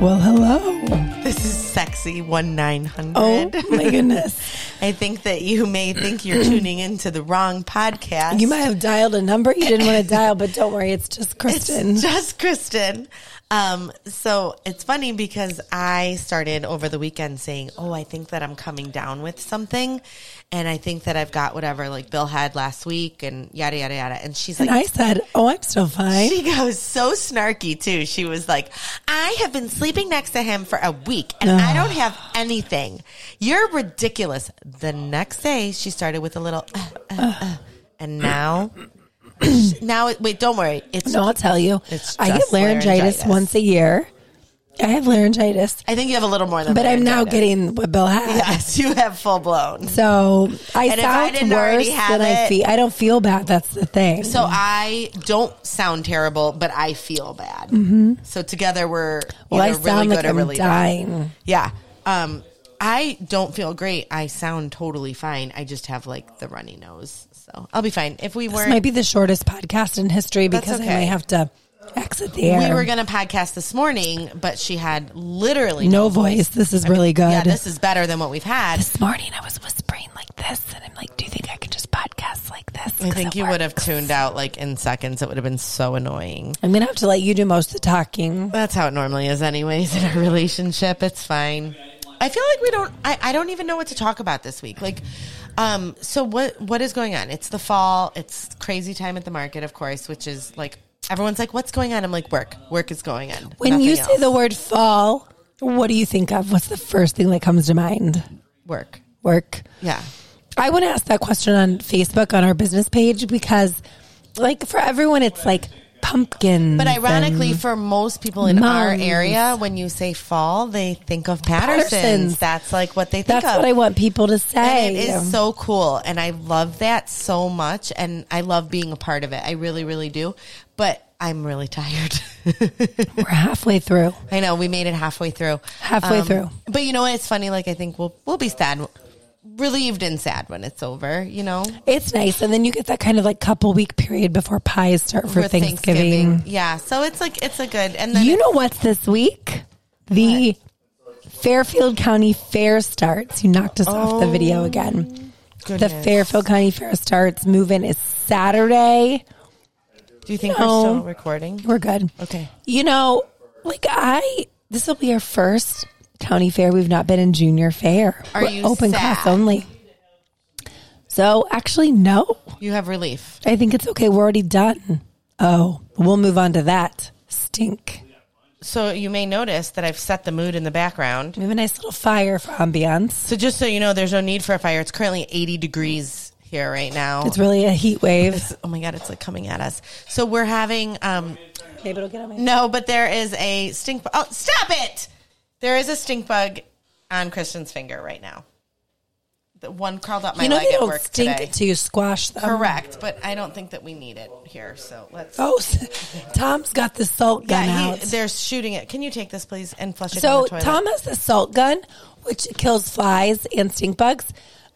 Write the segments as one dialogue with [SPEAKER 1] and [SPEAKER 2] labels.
[SPEAKER 1] Well, hello.
[SPEAKER 2] This is sexy one nine
[SPEAKER 1] Oh
[SPEAKER 2] hundred.
[SPEAKER 1] my goodness.
[SPEAKER 2] I think that you may think you're tuning into the wrong podcast.
[SPEAKER 1] You might have dialed a number you didn't want to dial, but don't worry, it's just Kristen.
[SPEAKER 2] It's just Kristen. Um, so it's funny because I started over the weekend saying, "Oh, I think that I'm coming down with something, and I think that I've got whatever like Bill had last week, and yada yada yada." And she's
[SPEAKER 1] and I
[SPEAKER 2] like,
[SPEAKER 1] said, "Oh, I'm still fine."
[SPEAKER 2] She goes so snarky too. She was like, I have been sleeping next to him for a week and I don't have anything. You're ridiculous. The next day she started with a little, uh, uh, uh, and now, now, it- wait, don't worry. It's,
[SPEAKER 1] No, I'll tell you.
[SPEAKER 2] It's
[SPEAKER 1] I get
[SPEAKER 2] just
[SPEAKER 1] laryngitis,
[SPEAKER 2] laryngitis.
[SPEAKER 1] once a year. I have laryngitis,
[SPEAKER 2] I think you have a little more than
[SPEAKER 1] but I'm now
[SPEAKER 2] laryngitis.
[SPEAKER 1] getting what Bill had.
[SPEAKER 2] Yes, you have full blown.
[SPEAKER 1] So I
[SPEAKER 2] And if I
[SPEAKER 1] sound
[SPEAKER 2] didn't already
[SPEAKER 1] worse
[SPEAKER 2] have
[SPEAKER 1] than I
[SPEAKER 2] it-
[SPEAKER 1] feel. I don't feel bad. That's the thing.
[SPEAKER 2] So I don't sound terrible, but I feel bad. So together we're
[SPEAKER 1] Mm-hmm. well, I
[SPEAKER 2] either
[SPEAKER 1] sound
[SPEAKER 2] really
[SPEAKER 1] like
[SPEAKER 2] good or
[SPEAKER 1] I'm
[SPEAKER 2] really bad.
[SPEAKER 1] dying.
[SPEAKER 2] Yeah. Um, I don't feel great. I sound totally fine. I just have like the runny nose. So I'll be fine. If we
[SPEAKER 1] This
[SPEAKER 2] weren't,
[SPEAKER 1] might be the shortest podcast in history
[SPEAKER 2] That's
[SPEAKER 1] because I
[SPEAKER 2] okay.
[SPEAKER 1] may have to exit the air.
[SPEAKER 2] we were going to podcast this morning, but she had literally
[SPEAKER 1] no voice. This is really good.
[SPEAKER 2] Yeah, this is better than what we've had.
[SPEAKER 1] This morning I was whispering like this, and I'm like, "Do you think I could just podcast like this?"
[SPEAKER 2] I think you would have tuned out like in seconds. It would have been so annoying.
[SPEAKER 1] I'm gonna have to let you do most of the talking.
[SPEAKER 2] That's how it normally is, anyways, in a relationship. It's fine. I feel like we don't. I, I don't even know what to talk about this week. Like, um, so what what is going on? It's the fall. It's crazy time at the market, of course, which is like everyone's like, "What's going on?" I'm like, "Work, work is going on."
[SPEAKER 1] When
[SPEAKER 2] Nothing
[SPEAKER 1] you say
[SPEAKER 2] else.
[SPEAKER 1] the word fall, what do you think of? What's the first thing that comes to mind?
[SPEAKER 2] work,
[SPEAKER 1] Work.
[SPEAKER 2] yeah,
[SPEAKER 1] I want to ask that question on Facebook on our business page because, like, for everyone, it's like pumpkins.
[SPEAKER 2] but ironically,
[SPEAKER 1] and-
[SPEAKER 2] for most people in our
[SPEAKER 1] Mums.
[SPEAKER 2] area, when you say fall, they think of Patterson's.
[SPEAKER 1] Patterson's.
[SPEAKER 2] That's like what they think
[SPEAKER 1] that's
[SPEAKER 2] of.
[SPEAKER 1] what I want people to say.
[SPEAKER 2] And it is so cool. And I love that so much. And I love being a part of it. I really, really do. But I'm really tired.
[SPEAKER 1] We're halfway through.
[SPEAKER 2] I know we made it halfway through. Um,
[SPEAKER 1] Halfway through.
[SPEAKER 2] But you know what? It's funny. Like, I think we'll, we'll be sad, relieved and sad when it's over, you know?
[SPEAKER 1] It's nice, and then you get that kind of like couple week period before pies start for, Thanksgiving.
[SPEAKER 2] Yeah. So it's like, it's a good. And then
[SPEAKER 1] You know what's this week? The Fairfield County Fair starts. You knocked us off the
[SPEAKER 2] Oh,
[SPEAKER 1] video again. The
[SPEAKER 2] goodness.
[SPEAKER 1] Fairfield County Fair starts. Move in is Saturday.
[SPEAKER 2] Do you think
[SPEAKER 1] No.
[SPEAKER 2] we're still recording?
[SPEAKER 1] We're good.
[SPEAKER 2] Okay.
[SPEAKER 1] You know, like I, this will be our first county fair. We've not been in junior fair.
[SPEAKER 2] Are
[SPEAKER 1] We're
[SPEAKER 2] you
[SPEAKER 1] open
[SPEAKER 2] sad?
[SPEAKER 1] class only? So actually, no.
[SPEAKER 2] You have relief.
[SPEAKER 1] I think it's okay. We're already done. Oh, we'll move on to that. Stink.
[SPEAKER 2] So you may notice that I've set the mood in the background.
[SPEAKER 1] We have a nice little fire for ambiance.
[SPEAKER 2] So just so you know, there's no need for a fire. It's currently 80 degrees here right now.
[SPEAKER 1] It's really a heat wave.
[SPEAKER 2] It's- oh my god, it's like coming at us. So we're having um
[SPEAKER 1] Maybe it'll get on my.
[SPEAKER 2] no, but there is a stink bug. Oh, stop it! There is a stink bug on Kristen's finger right now. The one crawled up my
[SPEAKER 1] You know
[SPEAKER 2] leg
[SPEAKER 1] they
[SPEAKER 2] at
[SPEAKER 1] don't
[SPEAKER 2] work
[SPEAKER 1] stink
[SPEAKER 2] today.
[SPEAKER 1] until you squash them.
[SPEAKER 2] Correct, but I don't think that we need it here. So let's.
[SPEAKER 1] Oh, Tom's got the salt gun
[SPEAKER 2] yeah,
[SPEAKER 1] out.
[SPEAKER 2] he, they're shooting it. Can you take this, please, and flush it down
[SPEAKER 1] So
[SPEAKER 2] the toilet?
[SPEAKER 1] Tom has the salt gun, which kills flies and stink bugs.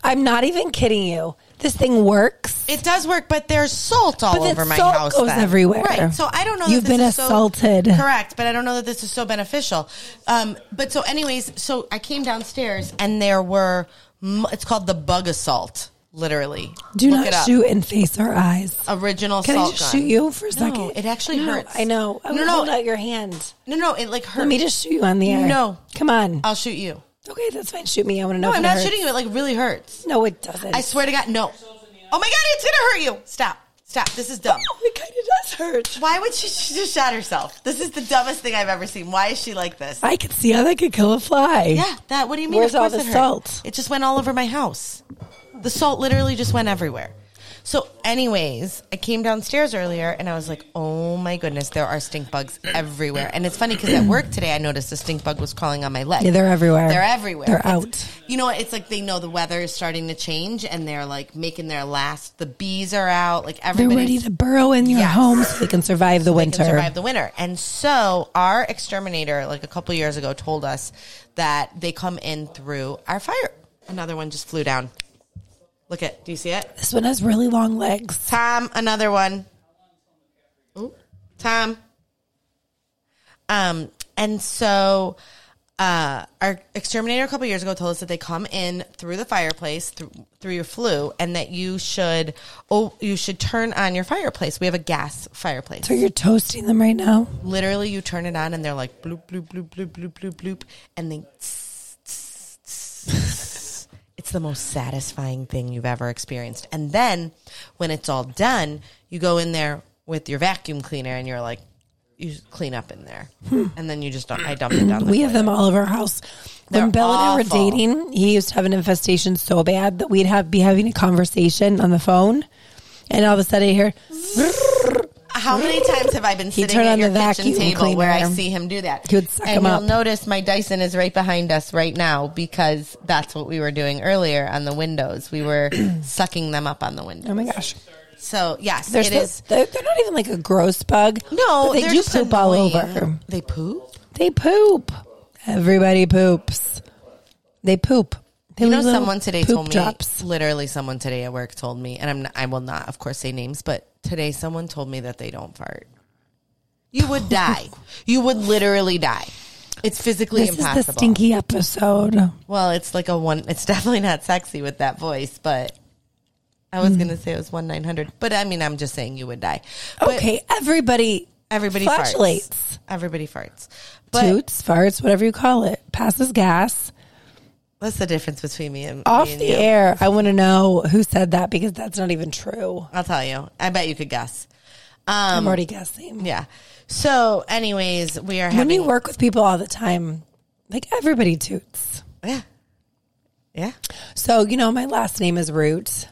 [SPEAKER 1] I'm not even kidding you. This thing works.
[SPEAKER 2] it does work, but there's salt all
[SPEAKER 1] But then
[SPEAKER 2] over my
[SPEAKER 1] salt
[SPEAKER 2] house.
[SPEAKER 1] goes
[SPEAKER 2] then.
[SPEAKER 1] everywhere.
[SPEAKER 2] right? So I don't know.
[SPEAKER 1] You've
[SPEAKER 2] that this
[SPEAKER 1] been
[SPEAKER 2] is so-
[SPEAKER 1] assaulted.
[SPEAKER 2] correct? But I don't know that this is so beneficial. Um, but so, anyways, so I came downstairs and there were. m- It's called the bug assault. Literally,
[SPEAKER 1] Do
[SPEAKER 2] Look
[SPEAKER 1] not
[SPEAKER 2] it up.
[SPEAKER 1] shoot in face or eyes.
[SPEAKER 2] Original
[SPEAKER 1] Can I
[SPEAKER 2] salt
[SPEAKER 1] just
[SPEAKER 2] gun.
[SPEAKER 1] shoot you for a
[SPEAKER 2] No,
[SPEAKER 1] second?
[SPEAKER 2] it actually
[SPEAKER 1] No,
[SPEAKER 2] hurts.
[SPEAKER 1] I know. I'm
[SPEAKER 2] no,
[SPEAKER 1] gonna hold
[SPEAKER 2] no,
[SPEAKER 1] out your hand.
[SPEAKER 2] no, no. It like hurts.
[SPEAKER 1] Let me just shoot you on the air.
[SPEAKER 2] No.
[SPEAKER 1] come on.
[SPEAKER 2] I'll shoot you.
[SPEAKER 1] okay, that's fine. Shoot me. I want to know.
[SPEAKER 2] No,
[SPEAKER 1] if
[SPEAKER 2] I'm
[SPEAKER 1] it
[SPEAKER 2] not
[SPEAKER 1] hurts.
[SPEAKER 2] shooting you. It like really hurts.
[SPEAKER 1] No, it doesn't.
[SPEAKER 2] I swear to God, no. Oh my God, it's gonna hurt you. Stop. Stop. This is dumb.
[SPEAKER 1] Oh, it kind of does hurt.
[SPEAKER 2] Why would she, she just shot herself? This is the dumbest thing I've ever seen. Why is she like this?
[SPEAKER 1] I could see how that could kill a fly.
[SPEAKER 2] Yeah, that. What do you mean?
[SPEAKER 1] Where's
[SPEAKER 2] of
[SPEAKER 1] all
[SPEAKER 2] course
[SPEAKER 1] the
[SPEAKER 2] it hurt.
[SPEAKER 1] salt?
[SPEAKER 2] It just went all over my house. The salt literally just went everywhere. So, anyways, I came downstairs earlier and I was like, "Oh my goodness, there are stink bugs everywhere." And it's funny because at work today, I noticed a stink bug was crawling on my leg.
[SPEAKER 1] Yeah, they're everywhere.
[SPEAKER 2] They're everywhere.
[SPEAKER 1] They're
[SPEAKER 2] It's-
[SPEAKER 1] out.
[SPEAKER 2] You know, what? it's like they know the weather is starting to change, and they're like making their last. The bees are out. Like
[SPEAKER 1] They're
[SPEAKER 2] everybody's
[SPEAKER 1] ready to burrow in your
[SPEAKER 2] Yes.
[SPEAKER 1] home so they can survive the winter.
[SPEAKER 2] can survive the winter. And so our exterminator, like a couple years ago, told us that they come in through our fire. Another one just flew down. Look at, do you see it?
[SPEAKER 1] This one has really long legs.
[SPEAKER 2] Tom, another one. Ooh, Tom. Um, And so uh, our exterminator a couple years ago told us that they come in through the fireplace through, through your flue and that you should oh you should turn on your fireplace. We have a gas fireplace.
[SPEAKER 1] So you're toasting them right now.
[SPEAKER 2] Literally you turn it on and they're like bloop bloop bloop bloop bloop bloop bloop and they tss, tss, tss. It's the most satisfying thing you've ever experienced. And then when it's all done, you go in there with your vacuum cleaner and you're like you clean up in there. and then you just don't I dump it down the
[SPEAKER 1] Hmm. We have them all over our house.
[SPEAKER 2] They're
[SPEAKER 1] when Bill and I
[SPEAKER 2] awful.
[SPEAKER 1] were dating, he used to have an infestation so bad that we'd have be having a conversation on the phone, and all of a sudden I hear,
[SPEAKER 2] How many times have I been sitting
[SPEAKER 1] turned
[SPEAKER 2] at
[SPEAKER 1] on
[SPEAKER 2] your
[SPEAKER 1] the
[SPEAKER 2] kitchen
[SPEAKER 1] vacuum
[SPEAKER 2] table where I
[SPEAKER 1] cleaner.
[SPEAKER 2] see him do that?
[SPEAKER 1] He would suck
[SPEAKER 2] and
[SPEAKER 1] him
[SPEAKER 2] you'll
[SPEAKER 1] up.
[SPEAKER 2] notice my Dyson is right behind us right now because that's what we were doing earlier on the windows. We were sucking them up on the window.
[SPEAKER 1] "Oh my gosh,
[SPEAKER 2] So yes,
[SPEAKER 1] they're,
[SPEAKER 2] it
[SPEAKER 1] so-
[SPEAKER 2] is.
[SPEAKER 1] they're, they're not even like a gross bug.
[SPEAKER 2] No,
[SPEAKER 1] but they
[SPEAKER 2] they're
[SPEAKER 1] do
[SPEAKER 2] just
[SPEAKER 1] poop all
[SPEAKER 2] annoying.
[SPEAKER 1] over.
[SPEAKER 2] They poop.
[SPEAKER 1] They poop. Everybody poops. They poop. They
[SPEAKER 2] You know,
[SPEAKER 1] leave little
[SPEAKER 2] someone today
[SPEAKER 1] poop
[SPEAKER 2] told me.
[SPEAKER 1] drops.
[SPEAKER 2] Literally, someone today at work told me, and I'm not, I will not, of course, say names, but today someone told me that they don't fart. You would die. you would literally die. It's physically
[SPEAKER 1] This
[SPEAKER 2] impossible.
[SPEAKER 1] is the stinky episode.
[SPEAKER 2] Well, it's like a one. It's definitely not sexy with that voice, but I
[SPEAKER 1] Hmm.
[SPEAKER 2] was gonna say it was one nine hundred. But I mean, I'm just saying you would die. But
[SPEAKER 1] Okay, everybody,
[SPEAKER 2] everybody farts.
[SPEAKER 1] flatulates,
[SPEAKER 2] Everybody farts. But
[SPEAKER 1] toots, farts, whatever you call it, passes gas.
[SPEAKER 2] what's the difference between me and
[SPEAKER 1] off
[SPEAKER 2] me and
[SPEAKER 1] the
[SPEAKER 2] you?
[SPEAKER 1] air. I want to know who said that because that's not even true.
[SPEAKER 2] I'll tell you. I bet you could guess.
[SPEAKER 1] I'm already guessing.
[SPEAKER 2] Yeah. So, anyways, we are
[SPEAKER 1] When
[SPEAKER 2] having.
[SPEAKER 1] you work with people all the time, like everybody toots.
[SPEAKER 2] yeah. Yeah.
[SPEAKER 1] So you know, my last name is Root.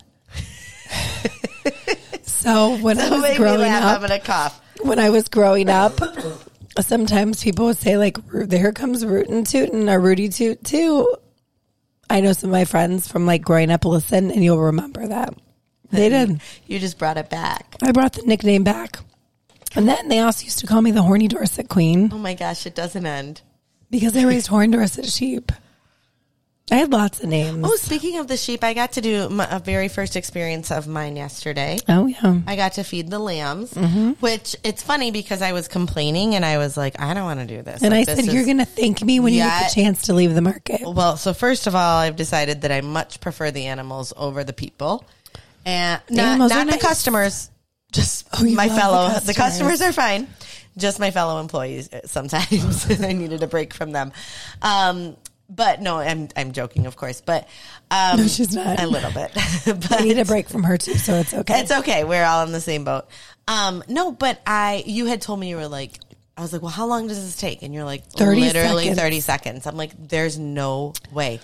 [SPEAKER 1] so when I was
[SPEAKER 2] Make me
[SPEAKER 1] growing
[SPEAKER 2] laugh. I'm
[SPEAKER 1] up,
[SPEAKER 2] gonna cough.
[SPEAKER 1] when I was growing up, sometimes people would say like, "Root- "Here comes Root and Tootin' or Rudy Toot too." I know some of my friends from like growing up listen, and you'll remember that they did.
[SPEAKER 2] You just brought it back.
[SPEAKER 1] I brought the nickname back. And then they also used to call me the horny Dorset queen
[SPEAKER 2] Oh my gosh, it doesn't end.
[SPEAKER 1] because I raised horned Dorset sheep. I had lots of names.
[SPEAKER 2] Oh, speaking of the sheep, I got to do my, a very first experience of mine yesterday.
[SPEAKER 1] Oh, yeah.
[SPEAKER 2] I got to feed the lambs,
[SPEAKER 1] Mm-hmm.
[SPEAKER 2] which it's funny because I was complaining and I was like, I don't want to do this.
[SPEAKER 1] And I
[SPEAKER 2] Like, this
[SPEAKER 1] said,
[SPEAKER 2] is-
[SPEAKER 1] You're going to thank me when you
[SPEAKER 2] Yeah.
[SPEAKER 1] get the chance to leave the market.
[SPEAKER 2] well. So first of all, I've decided that I much prefer the animals over the people, and not,
[SPEAKER 1] Animals are
[SPEAKER 2] not the
[SPEAKER 1] nice.
[SPEAKER 2] customers. Just
[SPEAKER 1] Oh, you
[SPEAKER 2] my
[SPEAKER 1] love the
[SPEAKER 2] fellow. The
[SPEAKER 1] customers.
[SPEAKER 2] customers are fine. Just my fellow employees. uh, Sometimes I needed a break from them. Um, but no, I'm I'm joking, of course. But um,
[SPEAKER 1] No, she's not.
[SPEAKER 2] a little bit. but
[SPEAKER 1] I need a break from her too, so it's okay.
[SPEAKER 2] It's okay. We're all in the same boat. Um, no, but I, you had told me you were like, I was like, well, how long does this take? And you're like,
[SPEAKER 1] 30
[SPEAKER 2] literally
[SPEAKER 1] seconds.
[SPEAKER 2] 30 seconds. I'm like, there's no way.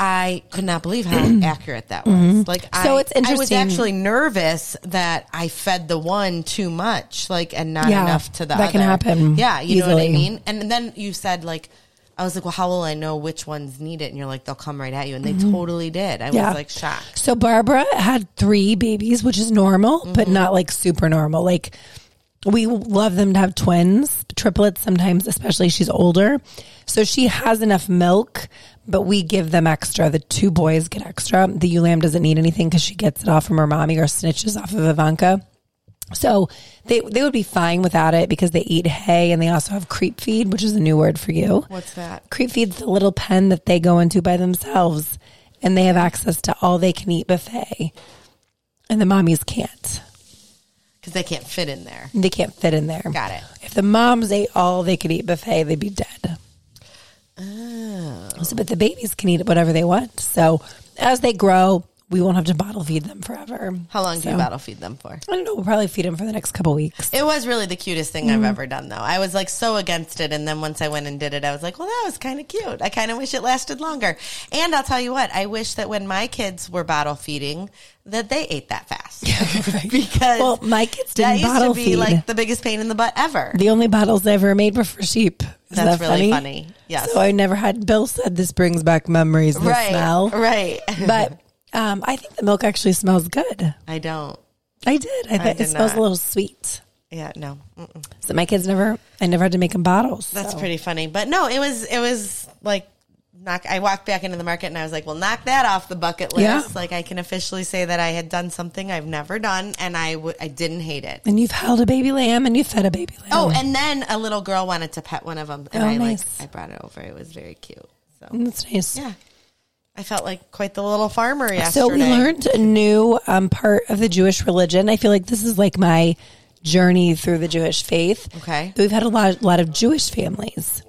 [SPEAKER 2] I could not believe how accurate that was. Like,
[SPEAKER 1] Mm-hmm. So
[SPEAKER 2] I,
[SPEAKER 1] it's
[SPEAKER 2] I was
[SPEAKER 1] interesting.
[SPEAKER 2] actually nervous that I fed the one too much, like, and not
[SPEAKER 1] Yeah,
[SPEAKER 2] enough to the other.
[SPEAKER 1] that can happen
[SPEAKER 2] Yeah, you know what I
[SPEAKER 1] easily.
[SPEAKER 2] mean. And then you said like. I was like, well, how will I know which ones need it? And you're like, they'll come right at you. And they totally did. I
[SPEAKER 1] Mm-hmm. Yeah.
[SPEAKER 2] was like shocked.
[SPEAKER 1] So Barbara had three babies, which is normal, but
[SPEAKER 2] Mm-hmm.
[SPEAKER 1] not like super normal. Like we love them to have twins, triplets sometimes, especially she's older. So she has enough milk, but we give them extra. The two boys get extra. The ewe lamb doesn't need anything because she gets it off from her mommy or snitches off of Ivanka. So they they would be fine without it because they eat hay and they also have creep feed, which is a new word for you.
[SPEAKER 2] What's that?
[SPEAKER 1] Creep feed's the little pen that they go into by themselves and they have access to all they can eat buffet. And the mommies can't.
[SPEAKER 2] Because they can't fit in there.
[SPEAKER 1] They can't fit in there.
[SPEAKER 2] Got it.
[SPEAKER 1] If the moms ate all they could eat buffet, they'd be dead.
[SPEAKER 2] Oh.
[SPEAKER 1] So, but the babies can eat whatever they want. So as they grow, we won't have to bottle feed them forever.
[SPEAKER 2] How long do you
[SPEAKER 1] So,
[SPEAKER 2] bottle feed them for?
[SPEAKER 1] I don't know. We'll probably feed them for the next couple weeks.
[SPEAKER 2] It was really the cutest thing
[SPEAKER 1] Mm.
[SPEAKER 2] I've ever done, though. I was like so against it, and then once I went and did it, I was like, "Well, that was kind of cute. I kind of wish it lasted longer." And I'll tell you what, I wish that when my kids were bottle feeding, that they ate that fast because
[SPEAKER 1] well, my kids didn't
[SPEAKER 2] that used
[SPEAKER 1] bottle
[SPEAKER 2] to be
[SPEAKER 1] feed.
[SPEAKER 2] like the biggest pain in the butt ever.
[SPEAKER 1] The only bottles I ever made were for sheep. Isn't
[SPEAKER 2] That's
[SPEAKER 1] that
[SPEAKER 2] really funny. Yes,
[SPEAKER 1] So I never had. Bill said this brings back memories. The
[SPEAKER 2] right,
[SPEAKER 1] smell,
[SPEAKER 2] right.
[SPEAKER 1] but um, I think the milk actually smells good.
[SPEAKER 2] I don't.
[SPEAKER 1] I did. I think
[SPEAKER 2] did
[SPEAKER 1] it smells
[SPEAKER 2] not.
[SPEAKER 1] a little sweet.
[SPEAKER 2] Yeah, no. Mm-mm.
[SPEAKER 1] So my kids never. I never had to make them bottles.
[SPEAKER 2] That's
[SPEAKER 1] so.
[SPEAKER 2] pretty funny, but no, it was it was like knock I walked back into the market and I was like, well, knock that off the bucket list.
[SPEAKER 1] Yeah.
[SPEAKER 2] Like I can officially say that I had done something I've never done and I w- I didn't hate it.
[SPEAKER 1] And you've held a baby lamb and you fed a baby lamb.
[SPEAKER 2] Oh, and then a little girl wanted to pet one of them and
[SPEAKER 1] Mm. Oh,
[SPEAKER 2] I
[SPEAKER 1] nice.
[SPEAKER 2] like I brought it over. It was very cute. So,
[SPEAKER 1] that's nice.
[SPEAKER 2] yeah. I felt like quite the little farmer yesterday.
[SPEAKER 1] So we learned a new um, part of the Jewish religion. I feel like this is like my journey through the Jewish faith.
[SPEAKER 2] Okay. Mm-hmm.
[SPEAKER 1] We've had a lot, lot of Jewish families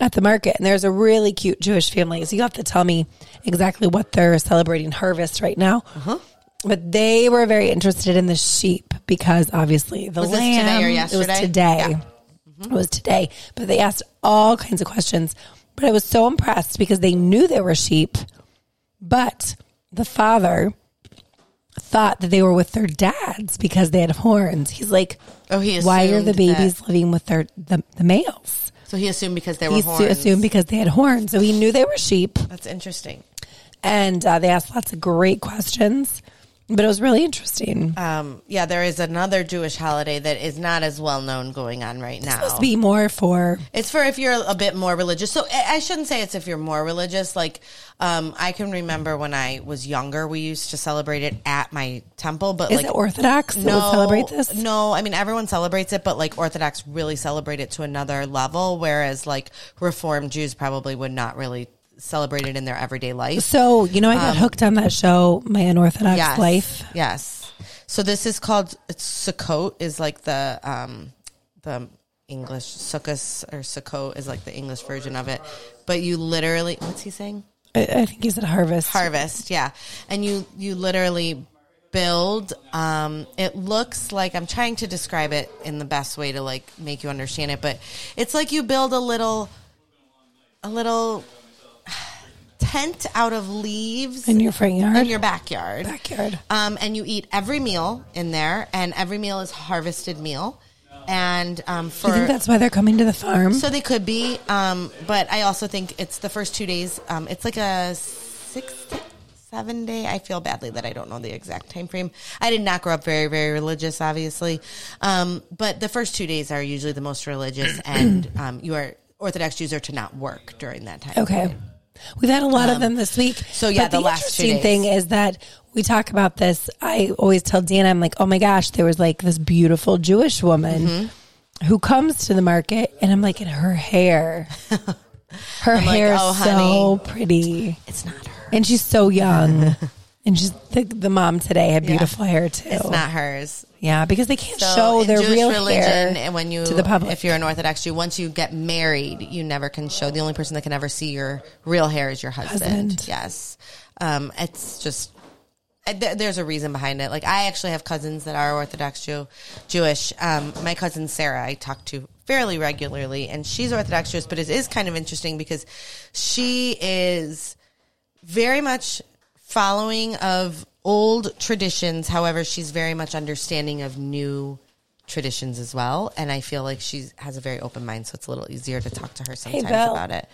[SPEAKER 1] at the market, and there's a really cute Jewish family. So you have to tell me exactly what they're celebrating harvest right now.
[SPEAKER 2] Uh-huh.
[SPEAKER 1] But they were very interested in the sheep because obviously the
[SPEAKER 2] Was this today
[SPEAKER 1] lamb.
[SPEAKER 2] or
[SPEAKER 1] It was
[SPEAKER 2] yesterday?
[SPEAKER 1] today.
[SPEAKER 2] Yeah.
[SPEAKER 1] It was today. But they asked all kinds of questions. But I was so impressed because they knew they were sheep, but the father thought that they were with their dads because they had horns. He's like,
[SPEAKER 2] Oh, he
[SPEAKER 1] why are the
[SPEAKER 2] assumed that-
[SPEAKER 1] babies living with their the, the males?
[SPEAKER 2] So he assumed because they were
[SPEAKER 1] He
[SPEAKER 2] horns.
[SPEAKER 1] su- assumed because they had horns. So he knew they were sheep,
[SPEAKER 2] That's interesting.
[SPEAKER 1] and uh, they asked lots of great questions. But it was really interesting.
[SPEAKER 2] Um, yeah, there is another Jewish holiday that is not as well known going on right now.
[SPEAKER 1] Supposed to be more for
[SPEAKER 2] It's for if you're a bit more religious. So I I shouldn't say it's if you're more religious. Like, um, I can remember when I was younger, we used to celebrate it at my temple, but
[SPEAKER 1] is
[SPEAKER 2] like.
[SPEAKER 1] it Orthodox that would celebrate this?
[SPEAKER 2] No, I mean everyone celebrates it, but like Orthodox really celebrate it to another level, whereas like Reformed Jews probably would not really celebrate it in their everyday life.
[SPEAKER 1] So you know, I got hooked on that show, My Unorthodox
[SPEAKER 2] Um, yes,
[SPEAKER 1] Life.
[SPEAKER 2] Yes. So this is called it's Sukkot is like the um the English Sukkot or Sukkot is like the English version of it. But you literally what's he saying?
[SPEAKER 1] I, I think he said harvest.
[SPEAKER 2] harvest yeah and you you literally build um it looks like i'm trying to describe it in the best way to like make you understand it but it's like you build a little a little tent out of leaves
[SPEAKER 1] in your front yard,
[SPEAKER 2] in your backyard
[SPEAKER 1] backyard.
[SPEAKER 2] um, and you eat every meal in there and every meal is harvested meal and um for
[SPEAKER 1] Do you think that's why they're coming to the farm?
[SPEAKER 2] so they could be, um, but I also think it's the first two days. Um, it's like a six, seven day. I feel badly that I don't know the exact time frame. I did not grow up very, very religious, obviously, um, but the first two days are usually the most religious, and um, you are Orthodox Jews are to not work during that time.
[SPEAKER 1] okay, we've had a lot of them this week.
[SPEAKER 2] Um, so yeah,
[SPEAKER 1] But
[SPEAKER 2] the
[SPEAKER 1] the,
[SPEAKER 2] last two
[SPEAKER 1] interesting
[SPEAKER 2] days.
[SPEAKER 1] thing is that we talk about this. I always tell Dana, I'm like, oh my gosh, there was like this beautiful Jewish woman
[SPEAKER 2] Mm-hmm.
[SPEAKER 1] who comes to the market, and I'm like, and her hair, her
[SPEAKER 2] like,
[SPEAKER 1] hair
[SPEAKER 2] "Oh,
[SPEAKER 1] is so pretty,
[SPEAKER 2] It's not her.
[SPEAKER 1] and she's so young. And she's the, the mom today had beautiful hair too.
[SPEAKER 2] It's not hers.
[SPEAKER 1] Yeah, because they can't
[SPEAKER 2] So
[SPEAKER 1] show
[SPEAKER 2] in
[SPEAKER 1] their
[SPEAKER 2] Jewish
[SPEAKER 1] real
[SPEAKER 2] religion,
[SPEAKER 1] hair
[SPEAKER 2] and when you
[SPEAKER 1] to the public.
[SPEAKER 2] if you're an Orthodox Jew, once you get married, you never can show. The only person that can ever see your real hair is your husband.
[SPEAKER 1] Husband.
[SPEAKER 2] Yes, um, it's just. uh, there- There's a reason behind it. Like I actually have cousins that are Orthodox Jew, Jewish. Um, my cousin Sarah, I talk to fairly regularly, and she's Orthodox Jewish. But it is kind of interesting because she is very much following of old traditions. However, she's very much understanding of new traditions as well. And I feel like she has a very open mind, so it's a little easier to talk to her sometimes
[SPEAKER 1] Bill.
[SPEAKER 2] about it.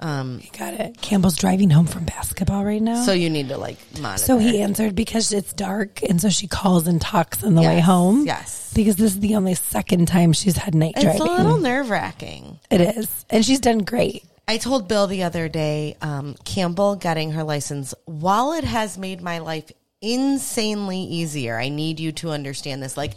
[SPEAKER 1] You got it. Campbell's driving home from basketball right now.
[SPEAKER 2] So
[SPEAKER 1] So,
[SPEAKER 2] you need to like monitor.
[SPEAKER 1] he answered because it's dark, and so she calls and talks on the way
[SPEAKER 2] Yes,
[SPEAKER 1] home.
[SPEAKER 2] yes.
[SPEAKER 1] because this is the only second time she's had night
[SPEAKER 2] it's a
[SPEAKER 1] driving.
[SPEAKER 2] little nerve wracking.
[SPEAKER 1] it is, and she's done great.
[SPEAKER 2] I told Bill the other day, um, Campbell getting her license, while it has made my life insanely easier, I need you to understand this. Like,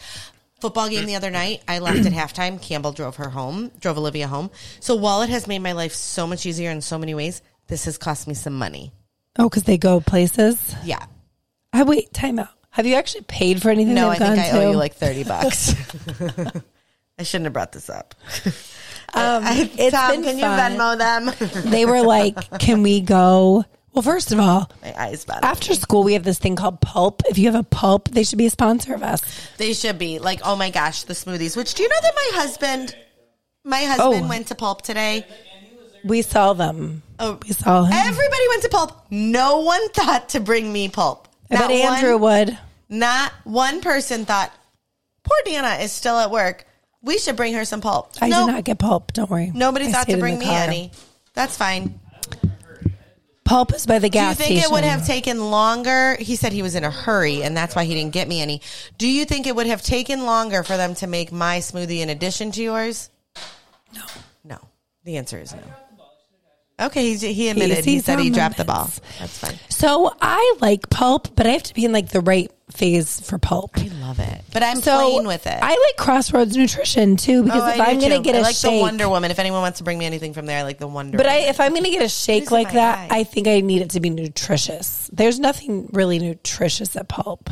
[SPEAKER 2] football game the other night, I left at halftime. Campbell drove her home, drove Olivia home. So while it has made my life so much easier in so many ways, this has cost me some money.
[SPEAKER 1] Oh, because they go places.
[SPEAKER 2] Yeah.
[SPEAKER 1] I wait. Time out. Have you actually paid for anything?
[SPEAKER 2] No, I
[SPEAKER 1] they've
[SPEAKER 2] think
[SPEAKER 1] gone
[SPEAKER 2] I owe
[SPEAKER 1] to?
[SPEAKER 2] you like 30 bucks. I shouldn't have brought this up.
[SPEAKER 1] Um, it's
[SPEAKER 2] Tom,
[SPEAKER 1] been fun.
[SPEAKER 2] can you Venmo them?
[SPEAKER 1] They were like, "Can we go?" Well, first of all,
[SPEAKER 2] my eyes bad.
[SPEAKER 1] after school we have this thing called pulp. If you have a pulp, they should be a sponsor of us.
[SPEAKER 2] They should be like, oh my gosh, the smoothies. Which do you know that my husband, my husband
[SPEAKER 1] Oh.
[SPEAKER 2] went to pulp today.
[SPEAKER 1] We saw them.
[SPEAKER 2] Oh,
[SPEAKER 1] We saw him.
[SPEAKER 2] everybody went to pulp. No one thought to bring me pulp.
[SPEAKER 1] I bet Andrew
[SPEAKER 2] one,
[SPEAKER 1] would.
[SPEAKER 2] not one person thought. Poor Dana is still at work. We should bring her some pulp.
[SPEAKER 1] I
[SPEAKER 2] no,
[SPEAKER 1] did not get pulp. Don't worry.
[SPEAKER 2] nobody
[SPEAKER 1] I
[SPEAKER 2] thought
[SPEAKER 1] stayed
[SPEAKER 2] to
[SPEAKER 1] in
[SPEAKER 2] bring
[SPEAKER 1] the
[SPEAKER 2] me
[SPEAKER 1] car.
[SPEAKER 2] any. That's fine.
[SPEAKER 1] Pulp is by the
[SPEAKER 2] Do you
[SPEAKER 1] gas
[SPEAKER 2] think it
[SPEAKER 1] station.
[SPEAKER 2] would have taken longer? He said he was in a hurry and that's why he didn't get me any. Do you think it would have taken longer for them to make my smoothie in addition to yours?
[SPEAKER 1] No.
[SPEAKER 2] No. The answer is no. Okay, he, he admitted. He,
[SPEAKER 1] sees
[SPEAKER 2] said
[SPEAKER 1] our
[SPEAKER 2] he dropped the ball.
[SPEAKER 1] moments.
[SPEAKER 2] That's fine.
[SPEAKER 1] So I like pulp, but I have to be in like the right phase for pulp.
[SPEAKER 2] I love it, but I'm
[SPEAKER 1] So
[SPEAKER 2] playing with it.
[SPEAKER 1] I like Crossroads Nutrition too because
[SPEAKER 2] Oh,
[SPEAKER 1] if
[SPEAKER 2] I do
[SPEAKER 1] I'm going to
[SPEAKER 2] too.
[SPEAKER 1] get
[SPEAKER 2] I
[SPEAKER 1] a
[SPEAKER 2] like the
[SPEAKER 1] shake,
[SPEAKER 2] Wonder Woman. If anyone wants to bring me anything from there, I like the Wonder.
[SPEAKER 1] but
[SPEAKER 2] Woman.
[SPEAKER 1] I if I'm going to get a shake
[SPEAKER 2] Losing
[SPEAKER 1] like
[SPEAKER 2] my
[SPEAKER 1] that,
[SPEAKER 2] eye.
[SPEAKER 1] I think I need it to be nutritious. There's nothing really nutritious at pulp.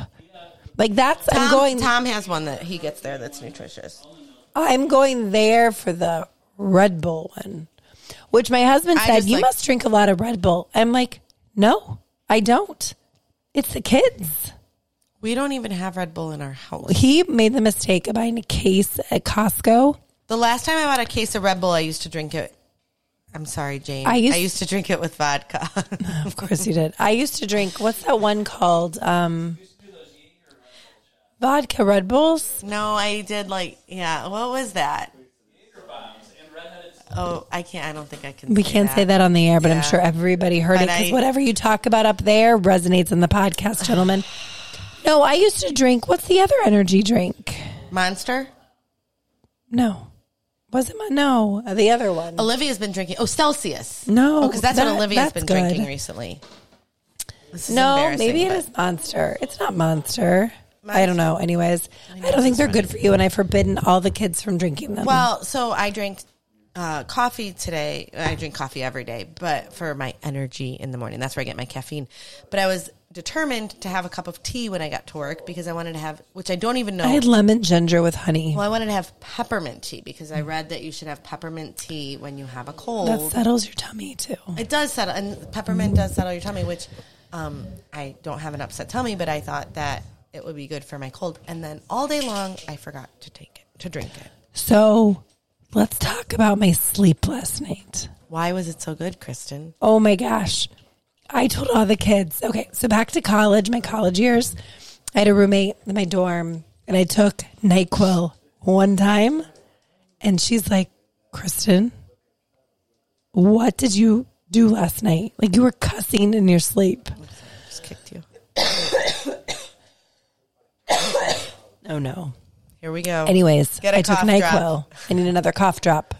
[SPEAKER 1] Like that's
[SPEAKER 2] Tom,
[SPEAKER 1] I'm going
[SPEAKER 2] Tom has one that he gets there that's nutritious.
[SPEAKER 1] I'm going there for the Red Bull one, which my husband
[SPEAKER 2] I
[SPEAKER 1] said,
[SPEAKER 2] just
[SPEAKER 1] You
[SPEAKER 2] like-
[SPEAKER 1] must drink a lot of Red Bull. I'm like, No, I don't. It's the kids.
[SPEAKER 2] We don't even have Red Bull in our house.
[SPEAKER 1] He made the mistake of buying a case at Costco.
[SPEAKER 2] The last time I bought a case of Red Bull, I used to drink it. I'm sorry, Jane.
[SPEAKER 1] I
[SPEAKER 2] I used,
[SPEAKER 1] used-
[SPEAKER 2] to drink it with vodka.
[SPEAKER 1] Of course he did. I used to drink, what's that one called? Um, vodka Red Bulls.
[SPEAKER 2] no, I did like yeah. What was that? Oh, I can't. I don't think I can.
[SPEAKER 1] We can't say that on the air, but
[SPEAKER 2] Yeah.
[SPEAKER 1] I'm sure everybody heard
[SPEAKER 2] But
[SPEAKER 1] it because
[SPEAKER 2] I-
[SPEAKER 1] whatever you talk about up there resonates in the podcast, gentlemen. No, I used to drink, what's the other energy drink?
[SPEAKER 2] Monster.
[SPEAKER 1] No. Was it my no? The other one.
[SPEAKER 2] Olivia's been drinking. Oh, Celsius.
[SPEAKER 1] No,
[SPEAKER 2] because Oh, that's
[SPEAKER 1] that-
[SPEAKER 2] what Olivia's
[SPEAKER 1] that's
[SPEAKER 2] been
[SPEAKER 1] good.
[SPEAKER 2] drinking recently. This is
[SPEAKER 1] No,
[SPEAKER 2] embarrassing,
[SPEAKER 1] maybe it
[SPEAKER 2] but-
[SPEAKER 1] is Monster. It's not Monster. I don't know. Anyways, I don't think they're good for you, and I've forbidden all the kids from drinking them.
[SPEAKER 2] Well, so I drank uh, coffee today. I drink coffee every day, but for my energy in the morning, that's where I get my caffeine. But I was determined to have a cup of tea when I got to work because I wanted to have, which I don't even know.
[SPEAKER 1] I had lemon ginger with honey.
[SPEAKER 2] well, I wanted to have peppermint tea because I read that you should have peppermint tea when you have a
[SPEAKER 1] That
[SPEAKER 2] cold.
[SPEAKER 1] settles your tummy too.
[SPEAKER 2] It does settle, and peppermint does settle your tummy, which um, I don't have an upset tummy, but I thought that it would be good for my cold. And then all day long, I forgot to take it, to drink it.
[SPEAKER 1] So, let's talk about my sleep last night.
[SPEAKER 2] Why was it so good, Kristen?
[SPEAKER 1] Oh my gosh. I told all the kids. Okay, so back to college, my college years. I had a roommate in my dorm and I took NyQuil one time and she's like, "Kristen, what did you do last night? Like you were cussing in your sleep."
[SPEAKER 2] Just kicked you.
[SPEAKER 1] Oh no.
[SPEAKER 2] Here we go.
[SPEAKER 1] Anyways,
[SPEAKER 2] Get a
[SPEAKER 1] I took
[SPEAKER 2] cough
[SPEAKER 1] NyQuil.
[SPEAKER 2] drop.
[SPEAKER 1] I need another cough drop.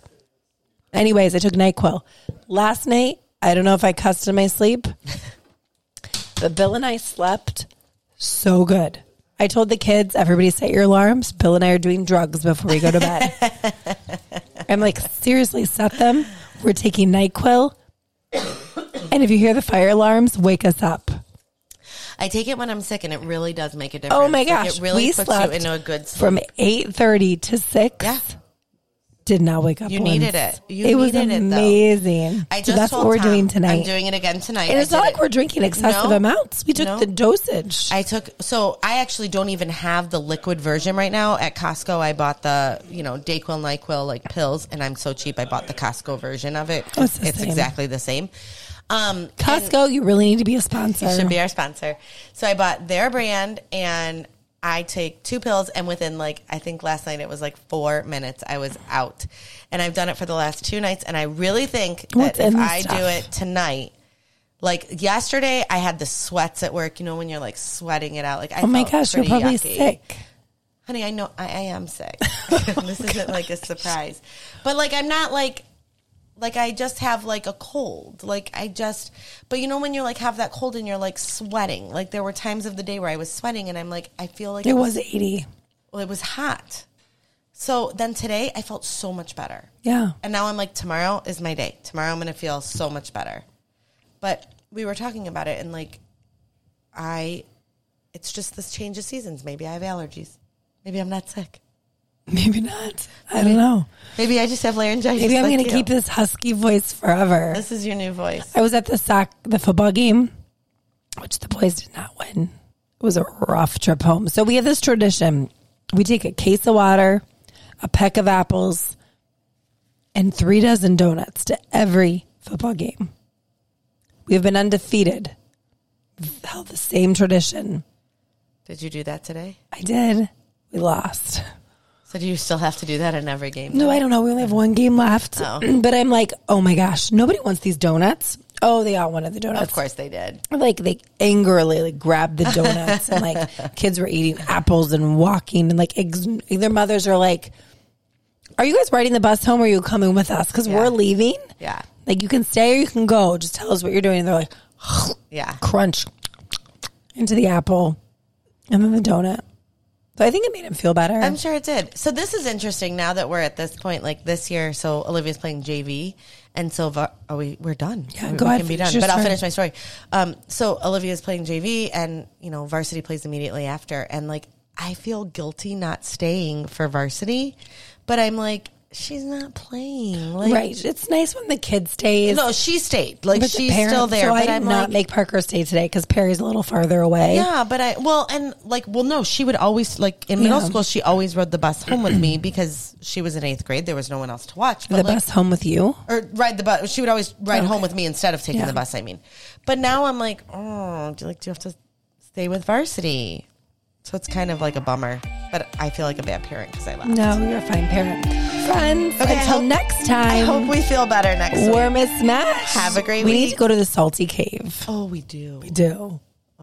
[SPEAKER 1] Anyways, I took NyQuil. Last night, I don't know if I cussed in my sleep, but Bill and I slept so good. I told the kids, everybody set your alarms. Bill and I are doing drugs before we go to bed. I'm like, seriously, set them. We're taking NyQuil. And if you hear the fire alarms, wake us up.
[SPEAKER 2] I take it when I'm sick, and it really does make a difference.
[SPEAKER 1] Oh my
[SPEAKER 2] Like,
[SPEAKER 1] gosh.
[SPEAKER 2] it really
[SPEAKER 1] we
[SPEAKER 2] puts
[SPEAKER 1] slept
[SPEAKER 2] you into a good sleep.
[SPEAKER 1] from 8.30 to 6.
[SPEAKER 2] Yeah.
[SPEAKER 1] did not wake up.
[SPEAKER 2] You
[SPEAKER 1] once.
[SPEAKER 2] needed it. You
[SPEAKER 1] it was
[SPEAKER 2] needed it, though.
[SPEAKER 1] amazing.
[SPEAKER 2] I
[SPEAKER 1] so
[SPEAKER 2] just
[SPEAKER 1] that's
[SPEAKER 2] told
[SPEAKER 1] what we're
[SPEAKER 2] Tom,
[SPEAKER 1] doing tonight.
[SPEAKER 2] I'm doing it again tonight.
[SPEAKER 1] and
[SPEAKER 2] I
[SPEAKER 1] it's not
[SPEAKER 2] did
[SPEAKER 1] like
[SPEAKER 2] it-
[SPEAKER 1] we're drinking excessive
[SPEAKER 2] No.
[SPEAKER 1] amounts. We took
[SPEAKER 2] No.
[SPEAKER 1] the dosage.
[SPEAKER 2] I took so I actually don't even have the liquid version right now at Costco. I bought the you know Dayquil, Nyquil, like pills, and I'm so cheap. I bought the Costco version of it.
[SPEAKER 1] Oh, it's the same.
[SPEAKER 2] exactly the same. Um,
[SPEAKER 1] Costco, you really need to be a sponsor.
[SPEAKER 2] should be our sponsor. So I bought their brand and I take two pills and within like I think last night it was like four minutes I was out. And I've done it for the last two nights and I really think
[SPEAKER 1] What's
[SPEAKER 2] that if
[SPEAKER 1] in this
[SPEAKER 2] I
[SPEAKER 1] stuff?
[SPEAKER 2] do it tonight like yesterday I had the sweats at work, you know, when you're like sweating it out. Like I
[SPEAKER 1] oh my
[SPEAKER 2] felt
[SPEAKER 1] gosh, you're
[SPEAKER 2] pretty
[SPEAKER 1] probably
[SPEAKER 2] yucky.
[SPEAKER 1] sick.
[SPEAKER 2] Honey, I know I, I am sick.
[SPEAKER 1] Oh
[SPEAKER 2] this isn't like a surprise. But like I'm not like like I just have like a cold. Like I just but you know when you're like have that cold and you're like sweating. Like there were times of the day where I was sweating and I'm like I feel like
[SPEAKER 1] It was 80.
[SPEAKER 2] well, it was hot. So then today I felt so much better.
[SPEAKER 1] Yeah.
[SPEAKER 2] And now I'm like, tomorrow is my day. Tomorrow I'm going to feel so much better. But we were talking about it, and like, I, it's just this change of seasons. Maybe I have allergies. Maybe I'm not sick.
[SPEAKER 1] Maybe not. I don't know.
[SPEAKER 2] Maybe I just have laryngitis.
[SPEAKER 1] Maybe I'm
[SPEAKER 2] like
[SPEAKER 1] going to
[SPEAKER 2] you.
[SPEAKER 1] keep this husky voice forever.
[SPEAKER 2] This is your new voice.
[SPEAKER 1] I was at the soc the football game, which the boys did not win. It was a rough trip home. So we have this tradition: we take a case of water, a peck of apples, and three dozen donuts to every football game. We have been undefeated. We've held the same tradition.
[SPEAKER 2] Did you do that today?
[SPEAKER 1] I did. We lost.
[SPEAKER 2] So do you still have to do that in every game?
[SPEAKER 1] No, I don't know. We only have one game left.
[SPEAKER 2] Oh.
[SPEAKER 1] But I'm like, oh my gosh, nobody wants these donuts. Oh, they all wanted the donuts.
[SPEAKER 2] Of course they did.
[SPEAKER 1] like they angrily like grabbed the donuts and like kids were eating apples and walking and like ex- their mothers are like are you guys riding the bus home or are you coming with us because
[SPEAKER 2] Yeah.
[SPEAKER 1] we're leaving
[SPEAKER 2] Yeah.
[SPEAKER 1] Like you can stay or you can go. Just tell us what you're doing. And they're like,
[SPEAKER 2] Yeah.
[SPEAKER 1] crunch into the apple and then the donut. So I think it made him feel better.
[SPEAKER 2] I'm sure it did. So this is interesting now that we're at this point, like this year. So Olivia's playing JV, and so va- are we? We're done.
[SPEAKER 1] Yeah,
[SPEAKER 2] we,
[SPEAKER 1] go
[SPEAKER 2] we
[SPEAKER 1] ahead,
[SPEAKER 2] Can be
[SPEAKER 1] finish
[SPEAKER 2] done.
[SPEAKER 1] your
[SPEAKER 2] But I'll
[SPEAKER 1] story.
[SPEAKER 2] finish my story. Um, so Olivia's playing JV, and you know varsity plays immediately after, and like I feel guilty not staying for varsity, but I'm like she's not playing. Like,
[SPEAKER 1] right. It's nice when the kid stays.
[SPEAKER 2] No, she stayed. Like
[SPEAKER 1] but the
[SPEAKER 2] she's
[SPEAKER 1] parents-
[SPEAKER 2] still there.
[SPEAKER 1] So I
[SPEAKER 2] but
[SPEAKER 1] did
[SPEAKER 2] I'm
[SPEAKER 1] not
[SPEAKER 2] like,
[SPEAKER 1] make Parker stay today because Perry's a little farther away.
[SPEAKER 2] Yeah, but I well and like well no, she would always like in middle
[SPEAKER 1] Yeah.
[SPEAKER 2] school she always rode the bus home with me because she was in eighth grade. There was no one else to watch. But
[SPEAKER 1] The
[SPEAKER 2] like,
[SPEAKER 1] bus home with you.
[SPEAKER 2] or ride the bus. She would always ride
[SPEAKER 1] Okay.
[SPEAKER 2] home with me instead of taking
[SPEAKER 1] Yeah.
[SPEAKER 2] the bus. I mean, but now I'm like, oh, do you like do you have to stay with varsity? So it's kind of like a bummer, but I feel like a bad parent because I left.
[SPEAKER 1] No, you're a fine parent. Friends,
[SPEAKER 2] Okay, I
[SPEAKER 1] until
[SPEAKER 2] hope-
[SPEAKER 1] next
[SPEAKER 2] I
[SPEAKER 1] time,
[SPEAKER 2] hope we feel better next week.
[SPEAKER 1] warmest match.
[SPEAKER 2] Have a great
[SPEAKER 1] We need
[SPEAKER 2] week.
[SPEAKER 1] to go to the salty cave.
[SPEAKER 2] Oh, we do.
[SPEAKER 1] We do.